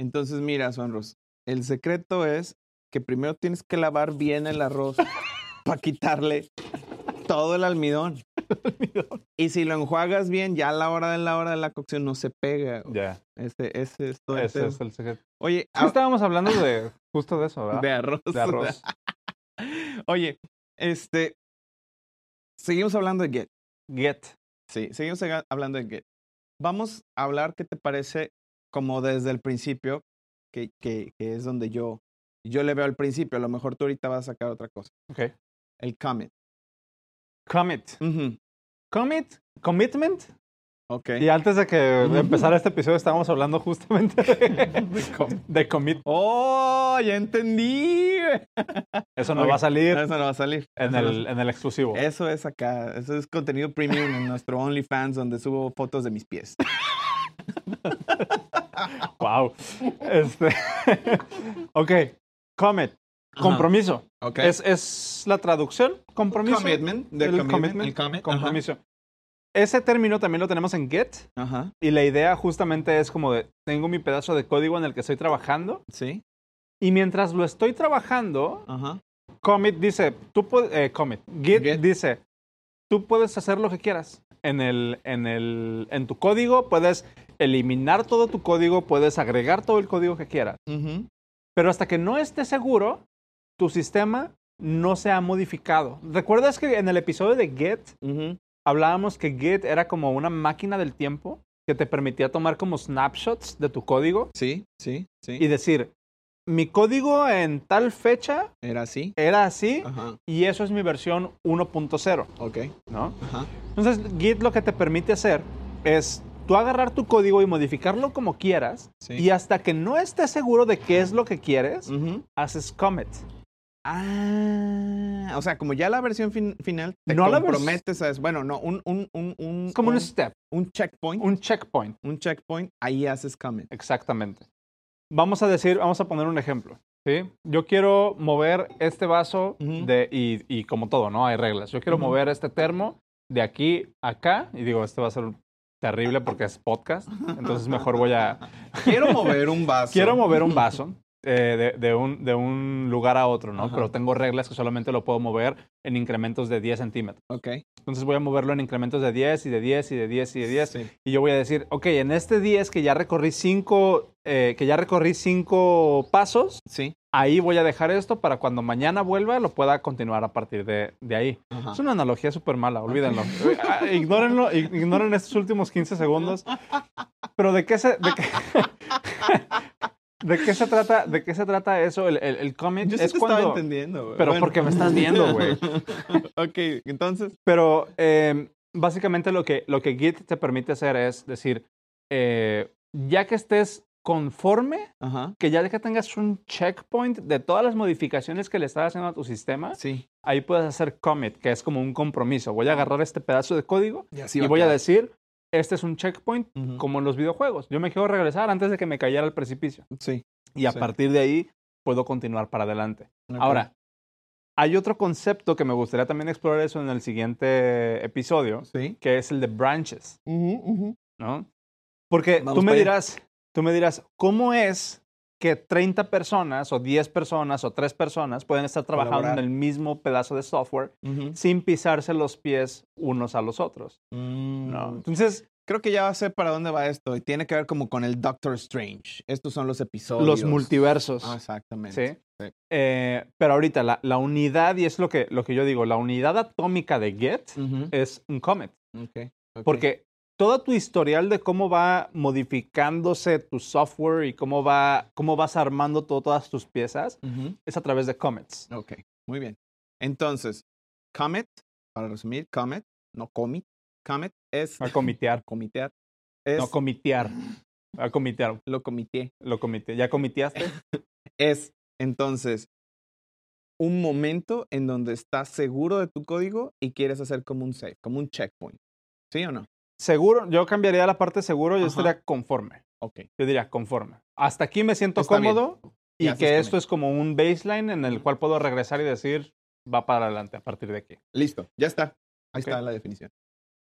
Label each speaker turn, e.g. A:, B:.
A: Entonces, mira, Sonros, el secreto es que primero tienes que lavar bien el arroz para quitarle todo el almidón. Y si lo enjuagas bien, ya a la hora de la hora de la cocción no se pega. Este, güey.
B: Ya,
A: Ese, ese es todo el
B: ese
A: tema.
B: es el secreto.
A: Oye,
B: Sí,
A: a-
B: estábamos hablando de justo de eso, ¿verdad?
A: ah, de arroz.
B: De arroz.
A: Oye, este. Seguimos hablando de Get.
B: Get.
A: Sí, seguimos haga- hablando de Get. Vamos a hablar, ¿qué te parece? Como desde el principio, que, que, que es donde yo, yo le veo al principio. A lo mejor tú ahorita vas a sacar otra cosa.
B: Ok.
A: El comment.
B: Commit.
A: Ujú,
B: Commit. Commitment.
A: Ok.
B: Y antes de que de empezar este episodio estábamos hablando justamente de, de commit.
A: ¡Oh! ¡Ya entendí! güey.
B: Eso no
A: Ok.
B: va a salir
A: Eso no va a salir.
B: en
A: Eso no-
B: el, en el exclusivo.
A: Eso es acá, eso es contenido premium en nuestro OnlyFans donde subo fotos de mis pies.
B: Wow. Este. ok. Commit. Compromiso.
A: Ok.
B: Es, es la traducción. Compromiso.
A: commitment,
B: El commitment,
A: el commit,
B: Compromiso. Ese término también lo tenemos en get.
A: Ajá, ajá,
B: Y la idea justamente es como de, tengo mi pedazo de código en el que estoy trabajando.
A: sí,
B: Y mientras lo estoy trabajando,
A: ajá,
B: Commit dice, tú puedes, Commit, Git,
A: Git.
B: dice, tú puedes hacer lo que quieras. En, el, en, el, en tu código puedes eliminar todo tu código, puedes agregar todo el código que quieras.
A: ujú,
B: Pero hasta que no estés seguro, tu sistema no se ha modificado. ¿Recuerdas que en el episodio de Git
A: ujú,
B: hablábamos que Git era como una máquina del tiempo que te permitía tomar como snapshots de tu código
A: sí, sí, sí,
B: y decir, mi código en tal fecha
A: era así,
B: era así
A: ajá,
B: y eso es mi versión 1.0,
A: ok,
B: ¿no?
A: ajá,
B: Entonces, Git lo que te permite hacer es tú agarrar tu código y modificarlo como quieras
A: sí. Mm.
B: y hasta que no estés seguro de qué es lo que quieres,
A: Ujú.
B: haces commit.
A: Ah, o sea, como ya la versión fin- final te
B: No la vers-
A: comprometes a eso. Bueno, no, un, un, un, un,
B: Es como un
A: un-
B: step,
A: un checkpoint,
B: un checkpoint,
A: un checkpoint, ahí haces comment.
B: exactamente. Vamos a decir, vamos a poner un ejemplo. ¿Sí? Yo quiero mover este vaso
A: Ujú.
B: de, y, y como todo, ¿no? Hay reglas. Yo quiero
A: Ujú.
B: mover este termo de aquí a acá. Y digo, este va a ser terrible porque es podcast. Entonces mejor voy a,
A: Quiero mover un vaso.
B: Quiero mover un vaso eh, de, de un, de un lugar a otro, ¿no?
A: Ajá.
B: Pero tengo reglas que solamente lo puedo mover en incrementos de 10 centímetros.
A: Ok.
B: Entonces voy a moverlo en incrementos de 10 y de 10 y de 10 y de 10.
A: Sí.
B: Y yo voy a decir, ok, en este 10 que ya recorrí 5, que ya recorrí 5 pasos,
A: Sí.
B: ahí voy a dejar esto para cuando mañana vuelva lo pueda continuar a partir de, de ahí.
A: Ajá.
B: Es una analogía súper mala, olvídenlo. Ah, Ignórenlo, ig- ignoren estos últimos 15 segundos. Pero ¿de qué se, de qué, ¿de qué se trata? ¿De qué se trata eso? El, el, el commit
A: Yo sí
B: es
A: te
B: cuando.
A: estaba entendiendo, güey.
B: Pero
A: Bueno.
B: porque me estás viendo, güey.
A: ok, entonces.
B: Pero eh, básicamente lo que, lo que Git te permite hacer es decir, eh, ya que estés conforme,
A: Ajá.
B: que ya que tengas un checkpoint de todas las modificaciones que le estás haciendo a tu sistema,
A: Sí.
B: ahí puedes hacer commit, que es como un compromiso. Voy a agarrar este pedazo de código
A: Y
B: y voy a decir, este es un checkpoint
A: Ujú.
B: como en los videojuegos. Yo me quiero regresar antes de que me cayera al precipicio.
A: Sí.
B: Y a
A: Sí.
B: partir de ahí puedo continuar para adelante.
A: ok.
B: Ahora, hay otro concepto que me gustaría también explorar eso en el siguiente episodio,
A: Sí.
B: que es el de branches, ¿no? Porque
A: Vamos
B: tú me
A: para allá.
B: dirás, tú me dirás, ¿cómo es que 30 personas o 10 personas o 3 personas pueden estar trabajando
A: Colaborar.
B: en el mismo pedazo de software
A: Ujú.
B: sin pisarse los pies unos a los otros?
A: Mm.
B: ¿no? Entonces,
A: Creo que ya sé para dónde va esto. Y tiene que ver como con el Doctor Strange. Estos son los episodios.
B: los multiversos.
A: Oh, Ah, exactamente.
B: ¿sí?
A: Sí.
B: Eh, pero ahorita la, la unidad, y es lo que, lo que yo digo, la unidad atómica de Get
A: Ujú.
B: es un comet.
A: Mm. Ok, ok.
B: Eh, Porque todo tu historial de cómo va modificándose tu software y cómo, va, cómo vas armando todo- todas tus piezas
A: Ujú.
B: es a través de comets.
A: Ok, muy bien. Entonces, Comet, para resumir, Comet, no Comet. Comet es.
B: A comitear.
A: Comitear. Es.
B: No, comitear. A comitear.
A: lo comité.
B: Lo comité. ¿Ya comiteaste?
A: es entonces un momento en donde estás seguro de tu código y quieres hacer como un save, como un checkpoint. ¿Sí o no?
B: Seguro, yo cambiaría la parte seguro, yo
A: Ajá.
B: estaría conforme.
A: Ok.
B: Yo diría conforme. Hasta aquí me siento
A: Está bien.
B: cómodo
A: Ya
B: y
A: haces
B: que
A: con
B: esto
A: él.
B: es como un baseline en el cual puedo regresar y decir, va para adelante a partir de aquí.
A: Listo, ya está. Ahí
B: Ok.
A: está la definición.